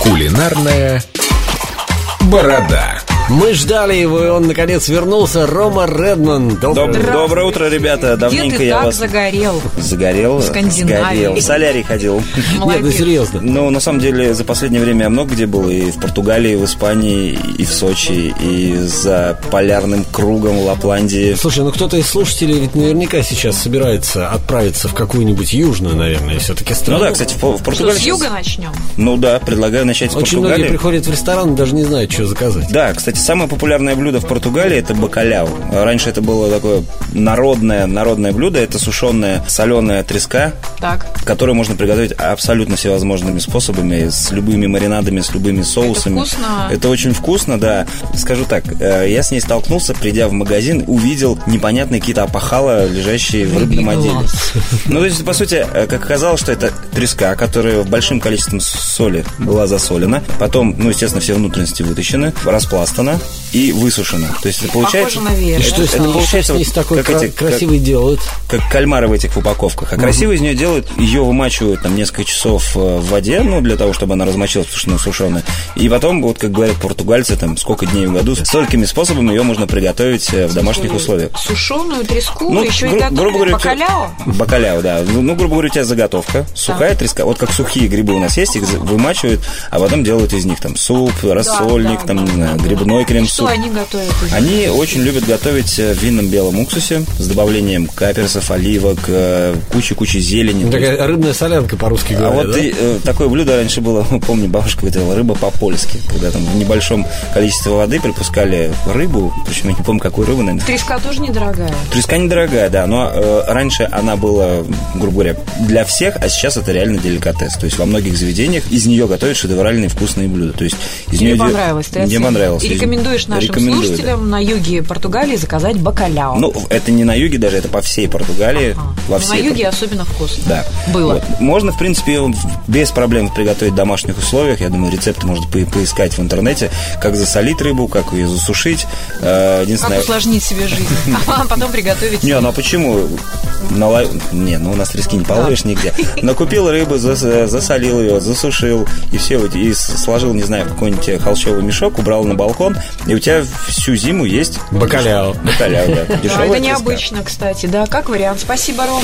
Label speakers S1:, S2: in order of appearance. S1: Кулинарная борода.
S2: Мы ждали его, и он наконец вернулся. Рома Редман. Доб-
S3: Доб- Доброе утро, ребята.
S4: Где
S3: Давненько
S4: ты
S3: я
S4: так
S3: вас
S4: загорел?
S3: загорел.
S4: В Скандинавии.
S3: Сгорел. В солярий ходил.
S2: Нет, ну
S4: Молодец.
S2: серьезно.
S3: Ну, на самом деле, за последнее время я много где был. И в Португалии, и в Испании, и в Сочи, и за полярным кругом Лапландии.
S2: Слушай, ну кто-то из слушателей ведь наверняка сейчас собирается отправиться в какую-нибудь южную, наверное, все-таки
S3: Ну
S2: страну.
S3: да, кстати, в По- в
S4: Что,
S3: Португалии...
S4: с юга начнем?
S3: Ну да, предлагаю начать с
S2: Очень
S3: Португалии.
S2: многие приходят в ресторан и даже не знают, что заказать.
S3: Да, кстати, самое популярное блюдо в Португалии это бакаляу. Раньше это было такое народное, народное блюдо. Это сушеная соленая треска,
S4: Так.
S3: которую можно приготовить абсолютно всевозможными способами, с любыми маринадами, с любыми соусами.
S4: вкусно?
S3: Это очень вкусно, да. Скажу так, э, я с ней столкнулся, придя в магазин, увидел непонятные какие-то опахала, лежащие в рыбном
S4: Рыбий
S3: отделе.
S4: глаз.
S3: Ну, то есть, по сути, э, как оказалось, что это треска, которая в большим количеством соли была засолена. Потом, ну, естественно, все внутренности вытащены, распластана и высушена. То есть, это получается...
S4: Похоже на веер,
S2: И что
S4: да,
S2: с
S3: это
S2: ней, что с
S3: получается
S2: ней
S3: вот
S2: с такой
S3: как
S2: кра-
S3: эти- как-
S2: красивой делают?
S3: как кальмары в этих упаковках. А красиво из нее делают, ее вымачивают там несколько часов э, в воде, ну, для того, чтобы она размочилась, потому что она сушеная. И потом, вот как говорят португальцы, там, сколько дней в году, столькими способами ее можно приготовить э, в домашних условиях. Ну,
S4: Сушеную треску, еще
S3: гру-
S4: и готовили бакаляу.
S3: у тебя- Бакаляо, да. Ну, ну, грубо говоря, у тебя заготовка, сухая треска. Вот как сухие грибы у нас есть, их за- вымачивают, а потом делают из них там суп, рассольник,
S4: да,
S3: там,
S4: да,
S3: не знаю,
S4: да.
S3: грибной
S4: Что
S3: крем-суп.
S4: они готовят? из них?
S3: Они очень любят готовить э, в винном белом уксусе с добавлением каперсов, оливок, э, кучи-кучи зелени.
S4: Ну,
S3: То есть-
S2: Такая рыбная солянка по-русски
S3: А
S2: говоря,
S3: вот
S2: да?
S3: и, э, такое блюдо раньше было, помню, бабушка готовила рыба по-польски, когда там в небольшом количестве воды припускали рыбу, причем я не помню, какую рыбу, наверное.
S4: Треска тоже недорогая.
S3: Треска недорогая, да, но э, раньше она была, грубо говоря, для всех, а сейчас это реально деликатес. То есть во многих заведениях из нее готовят шедевральные вкусные блюда. То есть из
S4: Тебе
S3: нее де-
S4: понравилось, ты
S3: Мне
S4: оценил.
S3: понравилось.
S4: И
S3: Из-
S4: рекомендуешь нашим
S3: Рекомендую, да.
S4: слушателям на юге Португалии заказать бакаляу.
S3: Ну, это не на юге даже, это по всей Португалии.
S4: А,
S3: Во
S4: на
S3: всей
S4: юге особенно вкусно.
S3: Да.
S4: Было.
S3: Вот. Можно, в принципе, его без проблем приготовить в домашних условиях. Я думаю, рецепты можно по- поискать в интернете. Как засолить рыбу, как ее засушить. Э,
S4: Как
S3: Единственное...
S4: усложнить себе жизнь, а потом приготовить.
S3: Не, ну а почему? Нала- Не, ну у нас трески не половишь нигде. Но купил рыбу, зас- э, засолил ее, засушил и все, вот, и с- сложил, не знаю, в какой-нибудь э, холщовый мешок, убрал на балкон, и у тебя всю зиму есть
S2: Бакаляо.
S3: бакаляо, да.
S4: Да,
S3: Дешевая
S4: это
S3: треска.
S4: необычно, кстати, да, как вариант. Спасибо, Ром.